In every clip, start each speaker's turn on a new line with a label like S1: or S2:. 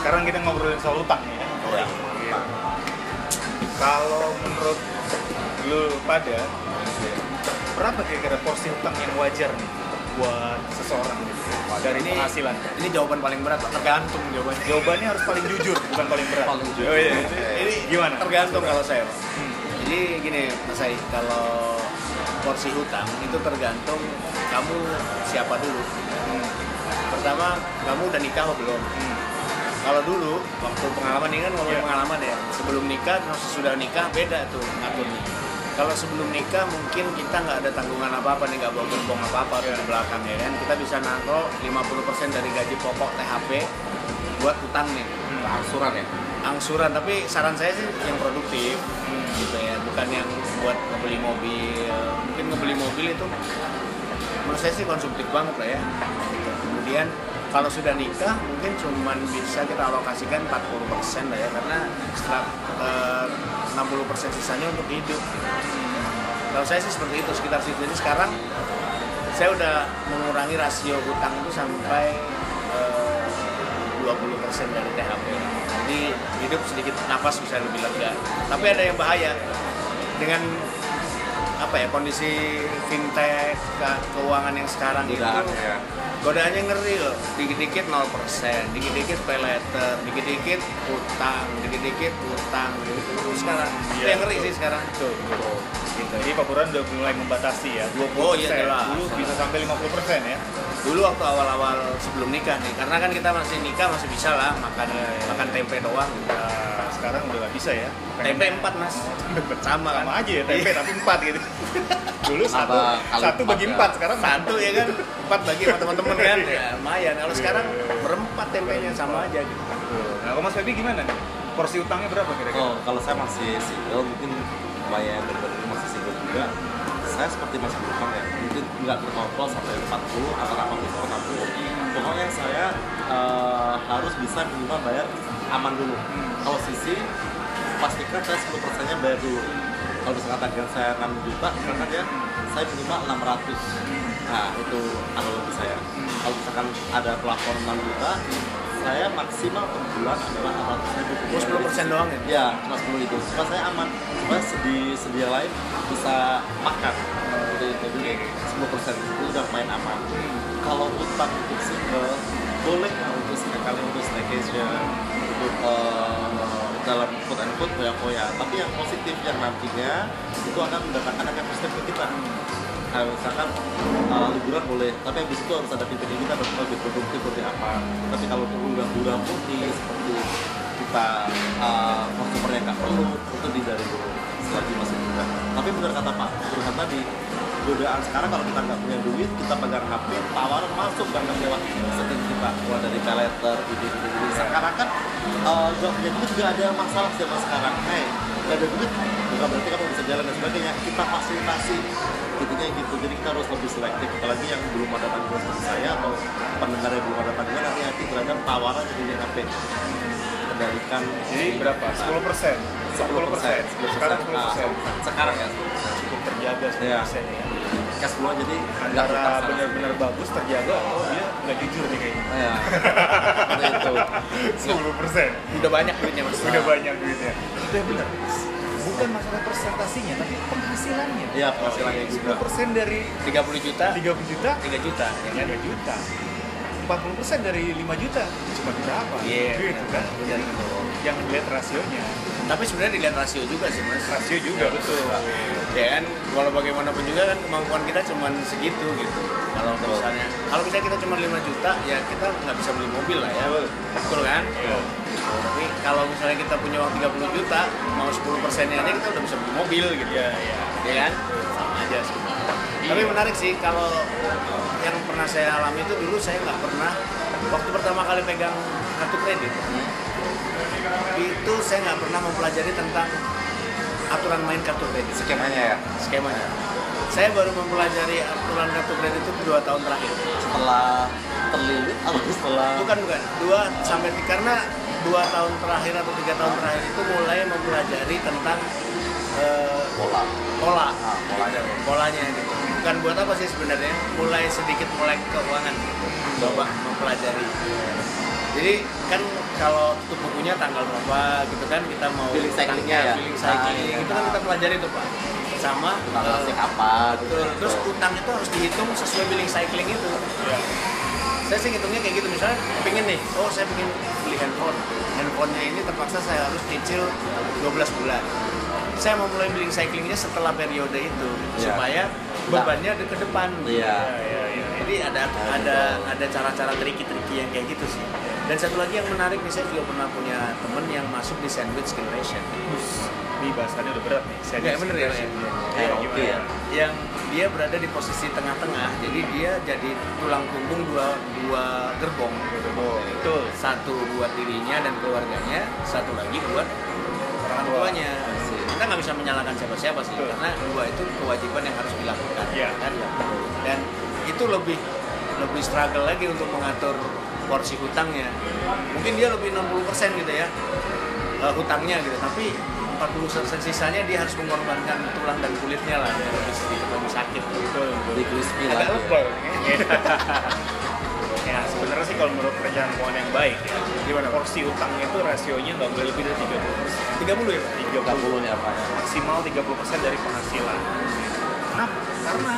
S1: sekarang kita ngobrolin soal utang ya.
S2: Iya.
S1: Iya. Kalau menurut lu pada berapa kira-kira porsi utang yang wajar nih buat seseorang gitu dari
S2: Ini-
S1: penghasilan?
S2: Ini jawaban paling berat, Pak. tergantung jawabannya.
S1: Jawabannya harus paling jujur, bukan paling berat.
S2: Paling jujur.
S1: Oh, iya.
S2: Oke.
S1: Ini gimana?
S2: Tergantung kalau saya, Pak.
S1: Hmm.
S2: Jadi gini, Mas Said, kalau porsi hutang itu tergantung kamu siapa dulu.
S1: Hmm.
S2: Pertama, kamu udah nikah atau belum?
S1: Hmm.
S2: Kalau dulu, waktu pengalaman ini kan ngomongin
S1: Iya.
S2: pengalaman ya. Sebelum nikah, sama sesudah nikah beda tuh ngaturnya. Kalau sebelum nikah mungkin kita nggak ada tanggungan apa-apa nih, nggak bawa gerbong apa-apa
S1: Iya.
S2: di belakang ya kan. Kita bisa naruh 50% dari gaji pokok THP buat hutang nih.
S3: angsuran ya
S2: Angsuran, tapi saran saya sih yang produktif
S1: Hmm.
S2: gitu ya bukan yang buat ngebeli mobil mungkin ngebeli mobil itu menurut saya sih konsumtif banget lah ya Gitu. kemudian kalau sudah nikah mungkin cuman bisa kita alokasikan 40% lah ya karena setelah eh, 60% sisanya untuk hidup kalau saya sih seperti itu sekitar situ jadi sekarang saya udah mengurangi rasio hutang itu sampai eh, 20% dari THP. Jadi hidup sedikit nafas bisa lebih lega. Tapi ada yang bahaya dengan apa ya kondisi fintech ke- keuangan yang sekarang
S3: Godaan,
S2: itu
S1: Hmm.
S3: ya.
S2: godaannya ngeri loh dikit-dikit 0% dikit-dikit pay letter dikit-dikit utang dikit-dikit utang gitu sekarang itu
S1: Iya,
S2: yang ngeri
S1: betul.
S2: sih sekarang
S1: Betul, ya. betul.
S2: gitu.
S1: Jadi Pak Buran udah mulai membatasi ya. 20
S2: Oh, iya, jelas.
S1: Dulu bisa sampai 50 persen ya.
S2: dulu waktu awal-awal sebelum nikah nih karena kan kita masih nikah masih bisa lah makan makan tempe doang
S1: Nah, sekarang udah nggak bisa ya.
S2: tempe empat mas sama kan
S1: sama aja ya tempe tapi empat gitu. Dulu satu
S3: Apa Iya. kalau
S1: satu bagi
S3: empat ya?
S1: empat sekarang
S2: satu ya kan empat bagi sama teman-teman kan ya lumayan kalau sekarang
S1: Iya.
S2: berempat tempenya sama aja gitu
S1: Nah, kalau Mas Febi gimana nih? Porsi utangnya berapa kira-kira?
S3: oh, kalau saya masih single mungkin lumayan berbeda masih single juga saya seperti mas Burhan ya mungkin nggak terkontrol sampai 40 atau 80 atau 60 pokoknya saya eh, harus bisa minimal bayar aman dulu
S1: Hmm.
S3: kalau sisi pastikan saya 10 persennya bayar dulu kalau misalkan tagihan saya 6 juta misalkan ya saya minimal 600 nah itu analogi saya
S1: Hmm.
S3: kalau misalkan ada plafon 6 juta saya maksimal per bulan adalah 600 ribu
S2: terus sepuluh persen doang ya
S3: Ya, cuma 10 itu. Cuma saya aman. Cuma di sedia lain bisa makan. Jadi itu jadi 10% itu udah main aman. Kalau utang untuk single, boleh lah untuk sekali untuk staycation, untuk eh, dalam quote and quote koya Tapi yang positif yang nantinya itu akan mendatangkan akan positif ke kita. Nah, misalkan eh, liburan boleh, tapi habis itu harus ada pilihan kita harus lebih produktif seperti apa. Tapi kalau perlu nggak gurau putih seperti kita eh, konsumer yang nggak perlu itu dihindari dulu selagi masih muda. Tapi benar kata Pak Burhan tadi, godaan sekarang kalau kita nggak punya duit, kita pegang HP, tawaran masuk banget lewat setting kita mulai dari peleter, ide ide Sekarang kan eh, nggak punya duit juga ada masalah sih Mas, sekarang. Hey, nggak ada duit bukan berarti kamu bisa jalan dan sebagainya. Kita fasilitasi intinya gitu jadi kita harus lebih selektif apalagi yang belum ada tanggungan seperti saya atau pendengar yang belum ada tanggungan hati-hati terhadap tawaran dari HP kendalikan
S1: Jadi berapa? 10 persen. 10 persen. Sekarang 10 persen.
S3: Nah, sekarang ya
S1: Cukup terjaga 10
S3: Iya.
S1: persen ya.
S3: cash flow jadi nggak utang
S1: Antara
S3: sama
S1: benar-benar bagus terjaga atau dia nggak jujur nih kayaknya.
S3: sekali. ya seperti itu
S1: 10 persen.
S2: udah banyak duitnya mas
S1: Udah banyak duitnya. Udah bener. Bukan masalah presentasinya, tapi penghasilannya.
S3: ya penghasilannya juga
S1: 10 persen dari
S2: 30 juta
S1: 30 juta,
S2: 3 juta ya kan
S1: 3 juta. 40 persen dari 5 juta, cuma berapa?
S2: Iya,
S1: Gitu kan.
S2: benar.
S1: Jadi, Jangan dilihat rasionya.
S2: tapi sebenarnya dilihat rasio juga sih mas
S1: Rasio juga, betul.
S2: dan kalau Ya kan? bagaimanapun juga kan kemampuan kita cuma segitu gitu kalau untuk misalnya kalau misalnya kita cuma 5 juta ya kita nggak bisa beli mobil lah ya betul kan tapi kalau misalnya kita punya uang 30 juta mau 10 persennya aja kita udah bisa beli mobil gitu
S1: Iya, iya.
S2: ya kan sama aja sih tapi menarik sih kalau yang pernah saya alami itu dulu saya nggak pernah waktu pertama kali pegang kartu kredit itu saya nggak pernah mempelajari tentang aturan main kartu kredit
S3: skemanya ya
S2: skemanya saya baru mempelajari aturan kartu kredit itu dua tahun terakhir
S3: setelah terlilit atau setelah
S2: bukan bukan dua sampai ti- karena dua tahun terakhir atau tiga tahun terakhir itu mulai mempelajari tentang eh,
S3: pola
S2: pola
S3: ah polanya
S2: polanya gitu bukan buat apa sih sebenarnya mulai sedikit mulai keuangan gitu. coba mempelajari jadi kan kalau tutup bukunya tanggal berapa gitu kan kita mau
S3: Billing cyclingnya ya?
S2: billing cycling
S3: Ah, iya.
S2: itu kan kita pelajari tuh pak sama eh,
S3: Tanggal apa gitu.
S2: betul. terus utang itu harus dihitung sesuai billing cycling itu
S1: Iya.
S2: saya sih hitungnya kayak gitu misalnya pengen nih oh saya pengen beli handphone handphonenya ini terpaksa saya harus cicil 12 bulan saya mau mulai billing cyclingnya setelah periode itu
S3: Iya.
S2: supaya bebannya ada ke depan
S3: Iya.
S1: Iya, iya, iya.
S2: jadi ada ada ada cara-cara triki-triki yang kayak gitu sih dan satu lagi yang menarik nih saya juga pernah punya temen yang masuk di sandwich generation
S1: Ini bahasannya udah berat nih. Saya
S2: Nggak, bener ya,
S1: diskusi.
S2: Pak,
S3: ya?
S1: Iya,
S3: Oke.
S1: gimana?
S2: yang dia berada di posisi tengah-tengah jadi dia jadi tulang punggung dua dua gerbong
S1: Gerbong.
S2: betul satu buat dirinya dan keluarganya satu lagi buat orang tuanya Iya, kita nggak bisa menyalahkan siapa-siapa sih
S1: Betul.
S2: karena dua itu kewajiban yang harus dilakukan
S1: Iya.
S2: kan dan itu lebih lebih struggle lagi untuk mengatur porsi hutangnya mungkin dia lebih 60% gitu ya eh, hutangnya gitu tapi 40% sisanya dia harus mengorbankan tulang dan kulitnya lah biar lebih sedikit lebih sakit
S1: Betul, betul.
S3: Di crispy
S1: agak
S3: lagi.
S1: lebay kayaknya. ya sebenarnya sih kalau menurut perencanaan keuangan yang baik ya gimana porsi utangnya itu rasionya nggak boleh lebih dari 30 30 ya Pak? 30
S3: nih apa?
S1: maksimal 30% dari penghasilan kenapa? karena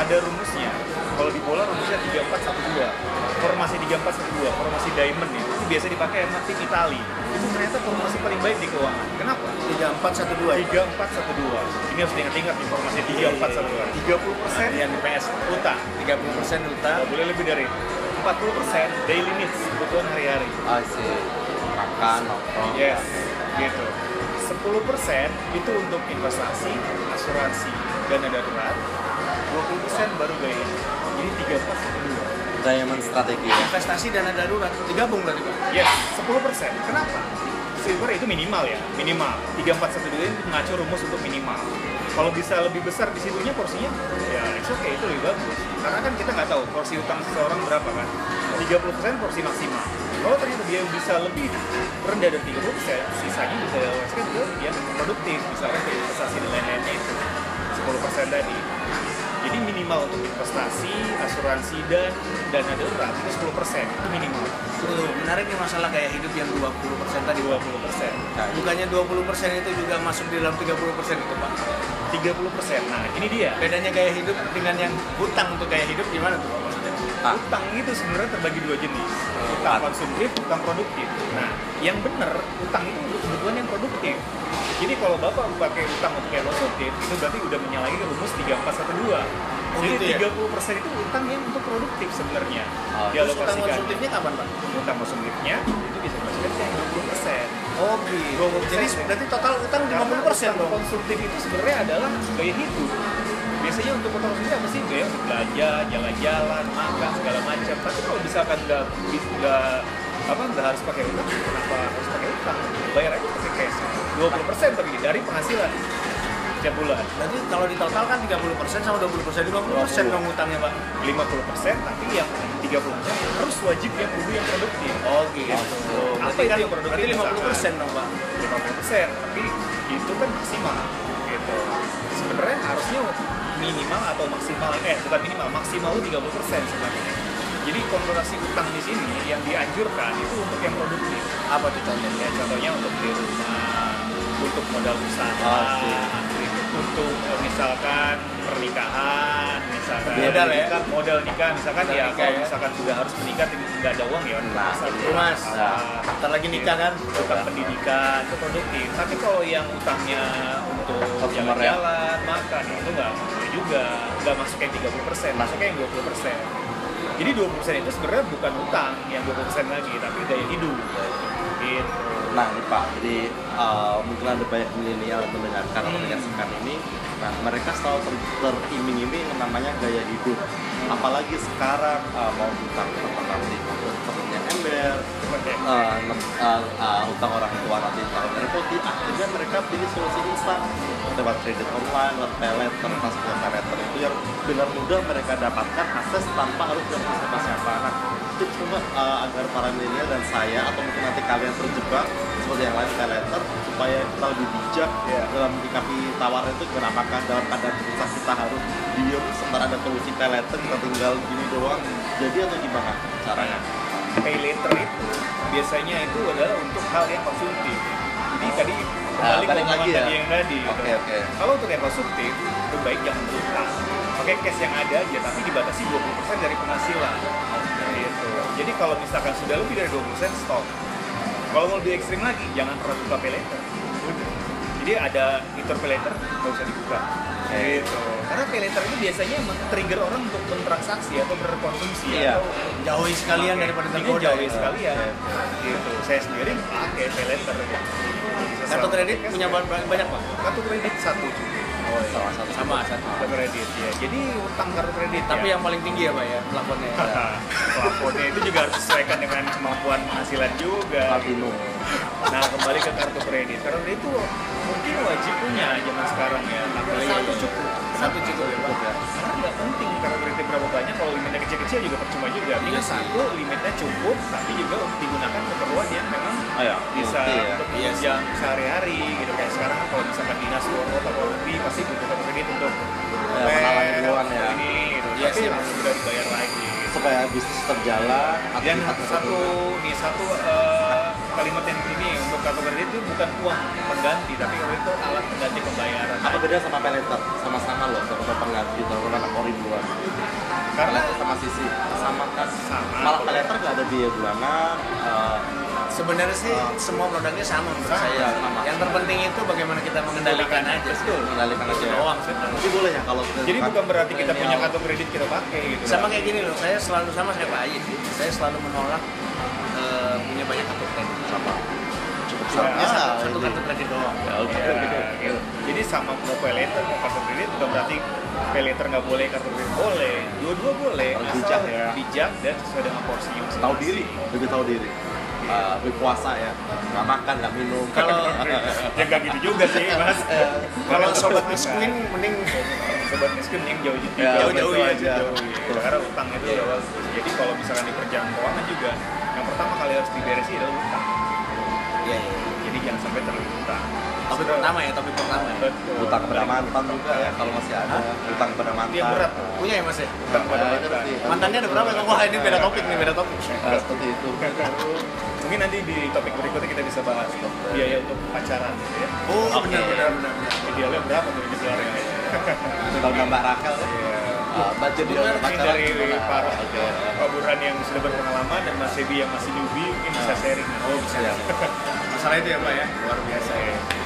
S1: ada rumusnya kalau di bola rumusnya 3412 formasi 3412 formasi diamond ya itu biasa dipakai sama tim Itali itu ternyata formasi paling baik di keuangan kenapa?
S2: 3412
S1: 3412 ini harus diingat-ingat nih formasi 3412 30% yang di PS utang
S2: 30% hutang
S1: Nggak boleh lebih dari 40% daily needs kebutuhan hari-hari.
S3: Ah sih. Makan, nongkrong.
S1: Yes, gitu. 10% itu untuk investasi, asuransi, dana darurat. 20% baru gaya hidup. Jadi 3 pas kedua.
S3: Diamond strategi.
S2: investasi dana darurat digabung berarti pak
S1: Yes, 10%. Kenapa? Silver itu minimal ya, minimal. 3412 itu mengacu rumus untuk minimal. Kalau bisa lebih besar di situnya porsinya, ya it's okay, itu lebih bagus. Karena kan kita nggak tahu porsi utang seseorang berapa kan. 30% porsi maksimal. Kalau ternyata dia bisa lebih rendah dari 30%, sisanya bisa diwariskan ke yang produktif, misalkan ke investasi dan lain-lainnya itu. 10% tadi. Jadi minimal untuk investasi, asuransi, dan dana darurat itu 10%, itu minimal.
S2: Tuh, menarik nih masalah gaya hidup yang 20% tadi Pak.
S1: 20 persen,
S2: Bukannya 20% itu juga masuk di dalam 30% itu Pak.
S1: 30 persen. Nah ini dia.
S2: Bedanya gaya hidup dengan yang hutang untuk gaya hidup gimana tuh Pak maksudnya?
S3: Ah.
S1: Utang itu sebenarnya terbagi dua jenis, Eh, utang
S2: Ah.
S3: Empat.
S1: konsumtif, utang produktif. Nah, yang benar utang itu untuk kebutuhan yang produktif. Jadi kalau bapak pakai utang untuk yang konsumtif, itu berarti udah menyalahi rumus 3412.
S2: Oh,
S1: Jadi
S2: gitu ya?
S1: 30 persen itu utang yang untuk produktif sebenarnya.
S3: Oh,
S2: Terus hutang
S1: Dialokasikan.
S2: konsumtifnya kapan Pak?
S1: Utang konsumtifnya itu bisa dimasukkan ke yang 20 persen.
S2: Oh gitu. Jadi berarti total utang 50% dong.
S1: konsumtif itu sebenarnya adalah gaya hidup biasanya untuk utang konsumtif apa sih gaya untuk belanja jalan-jalan makan segala macam tapi kalau misalkan nggak nggak apa nggak harus pakai utang kenapa harus pakai utang bayar aja pakai cash 20 persen tapi dari penghasilan setiap bulan
S2: Berarti kalau di total kan 30% sama 20% 50% dong utangnya Pak.
S1: 50 persen tapi yang 30 persen harus wajib yang dulu yang produktif
S2: Oh gitu.
S1: Oh,
S2: Berarti
S1: apa
S2: kan
S1: itu yang produktif
S2: berarti 50% dong Pak.
S1: 50 tapi itu kan maksimal gitu sebenarnya harusnya minimal atau maksimal eh bukan minimal maksimal itu 30 sebenarnya jadi konversi utang di sini yang dianjurkan itu untuk yang produktif
S2: Apa tuh contohnya?
S1: ya contohnya untuk beli rumah untuk modal usaha
S3: Ah, sih.
S1: untuk eh, misalkan pernikahan misalkan
S2: Modal ya?
S1: nikah, modal nikah misalkan
S2: Modal
S1: ya
S2: nikah
S1: kalau
S2: ya.
S1: misalkan sudah harus menikah tapi nggak ada uang ya orang
S3: Nah,
S1: pasar.
S2: Mas,
S1: Ah,
S2: Ntar lagi nikah kan?
S1: utang pendidikan itu Iya. produktif tapi kalau yang utangnya untuk
S3: Customer ya.
S1: jalan-jalan makan itu nggak boleh juga nggak masuknya 30 persen masuknya yang 20 persen jadi 20 persen itu sebenarnya bukan utang yang 20 persen lagi tapi gaya hidup gitu
S3: Nah ini Pak, jadi eh, mungkin ada banyak milenial yang mendengarkan atau
S1: Hmm.
S3: menyaksikan ini. Nah mereka selalu ter teriming-iming yang namanya gaya hidup. Apalagi sekarang eh, mau hutang ke teman yang ember, share eh, nem- eh, eh, utang orang tua nanti tahun repoti akhirnya mereka pilih solusi instan lewat kredit online, lewat pelet, kertas punya meter itu yang benar mudah mereka dapatkan akses tanpa harus bertemu sama siapa nah itu cuma eh, agar para milenial dan saya atau mungkin nanti kalian terjebak seperti yang lain peleter supaya kita lebih bijak
S1: Iya.
S3: dalam menyikapi tawaran itu kenapa kan dalam keadaan susah kita harus diem sementara ada solusi peleter kita tinggal gini doang jadi atau gimana caranya?
S1: pay later itu biasanya itu adalah untuk hal yang konsumtif. Jadi tadi kembali ke
S3: balik
S1: omongan
S3: lagi ya.
S1: tadi yang tadi. gitu.
S3: Oke, oke.
S1: Kalau untuk yang konsumtif, lebih baik jangan berutang. Pakai cash yang ada aja, tapi dibatasi 20% dari penghasilan. Gitu. Jadi kalau misalkan sudah lebih dari 20% stop. Kalau mau lebih ekstrim lagi, jangan pernah buka pay later. Udah. Jadi ada fitur pay later, nggak usah dibuka. Gitu. Karena pay later itu biasanya men-trigger orang untuk bertransaksi atau berkonsumsi
S3: Iya.
S1: atau
S2: jauhi sekalian
S1: Oke.
S2: daripada
S1: Mendingan
S2: tergoda
S1: jauhi
S2: ya.
S1: sekalian gitu saya sendiri pakai pay later ya.
S2: kartu kredit punya
S1: banyak
S2: banyak banyak pak
S1: kartu kredit satu juga
S3: Oh,
S2: iya.
S3: salah satu
S2: sama satu
S1: kartu kredit ya jadi utang kartu kredit
S2: tapi
S1: ya.
S2: yang paling tinggi ya pak ya pelakonnya
S1: plafonnya itu juga harus sesuaikan dengan kemampuan penghasilan juga
S3: Latino.
S1: nah kembali ke kartu kredit kartu kredit itu mungkin wajib punya zaman sekarang ya tapi satu cukup
S2: satu cukup ya pak
S1: karena nggak penting kartu kredit berapa banyak kalau limitnya kecil-kecil juga percuma juga ini
S2: Iya sih.
S1: satu limitnya cukup tapi juga digunakan keperluan yang memang
S3: Ayo,
S1: bisa
S3: multi ya.
S1: untuk
S2: Iya sih.
S1: yang sehari-hari gitu kayak sekarang kan kalau misalkan dinas luar kota atau lebih pasti butuh kartu kredit untuk
S3: Ya, menalang keperluan ya.
S1: ini gitu.
S2: Iya
S1: tapi
S2: sih.
S1: memang sudah dibayar lagi
S3: supaya bisnis terjalan
S1: dan
S3: aktivitas
S1: satu
S3: terjalan.
S1: nih satu eh, kalimat yang ini untuk kartu kredit itu bukan uang pengganti tapi kalau itu alat pengganti pembayaran
S3: apa beda sama peleter sama-sama loh sama pengganti sama anak ori duluan
S1: karena
S3: peleter sama sisi sama kan
S1: Sama.
S3: malah peleter nggak ada biaya bulanan eh,
S2: sebenarnya sih semua produknya sama menurut
S3: Sama,
S2: saya
S3: sama.
S2: yang terpenting itu bagaimana kita mengendalikan aja sih
S3: mengendalikan aja ya.
S2: doang
S3: tapi boleh ya kalau kita
S1: Jadi bukan berarti kita punya
S3: milenial.
S1: kartu kredit kita pakai gitu.
S2: sama kayak gini loh saya selalu sama saya pak Ayi sih saya selalu menolak eh, punya banyak kartu kredit
S3: sama cukup
S1: Ya,
S3: sama
S2: Ya, satu, satu
S3: ini.
S2: kartu kredit doang Iya.
S3: ya, oke.
S1: Ya, gitu. Jadi sama mau pay later mau kartu kredit bukan berarti pay later nggak boleh kartu kredit boleh. Dua-dua boleh
S3: Harus
S1: asal
S3: bijak ya.
S1: bijak dan sesuai dengan porsi yang
S3: tahu diri lebih tahu diri Eh, lebih puasa ya nggak makan nggak minum
S2: Kalau-
S1: ya nggak gitu juga sih mas.
S3: Eh.
S2: Eh, kalau sobat miskin mending
S1: sobat miskin yang jauh jauh
S3: Ya,
S1: jauh-jauh
S3: betul
S1: aja.
S3: aja.
S1: Jauh-jauh. Karena utang itu
S2: Iya.
S1: adalah jadi kalau misalkan di perjalanan keuangan juga yang pertama kali harus diberesi adalah utang.
S3: Iya,
S2: ya, ya.
S1: Jadi jangan sampai terlalu utang.
S2: topik pertama ya topik pertama ya.
S1: Betul.
S3: utang kepada mantan juga ya kalau masih ada utang kepada mantan
S1: Yang berat.
S2: punya ya mas ya
S1: Utang pada
S3: Ya,
S1: mantan.
S3: ngerti.
S2: mantannya ada berapa Kang? wah ini beda topik nih beda topik
S3: Eh, seperti itu
S1: Mungkin nanti di topik berikutnya kita bisa bahas tuh, biaya untuk pacaran gitu ya.
S2: oh
S3: Oke.
S2: benar benar benar benar.
S1: Idealnya berapa tuh ya? idealnya?
S3: kalau nambah Rakel ya Eh, budget dia untuk
S1: Iya. Mungkin
S3: pacaran
S1: dari
S3: gimana?
S1: Pak
S3: Oke.
S1: Pak Burhan yang sudah berpengalaman dan Mas Sebi yang masih newbie mungkin bisa sharing.
S2: Iya. oh bisa
S3: Iya.
S2: masalah itu ya pak ya luar biasa ya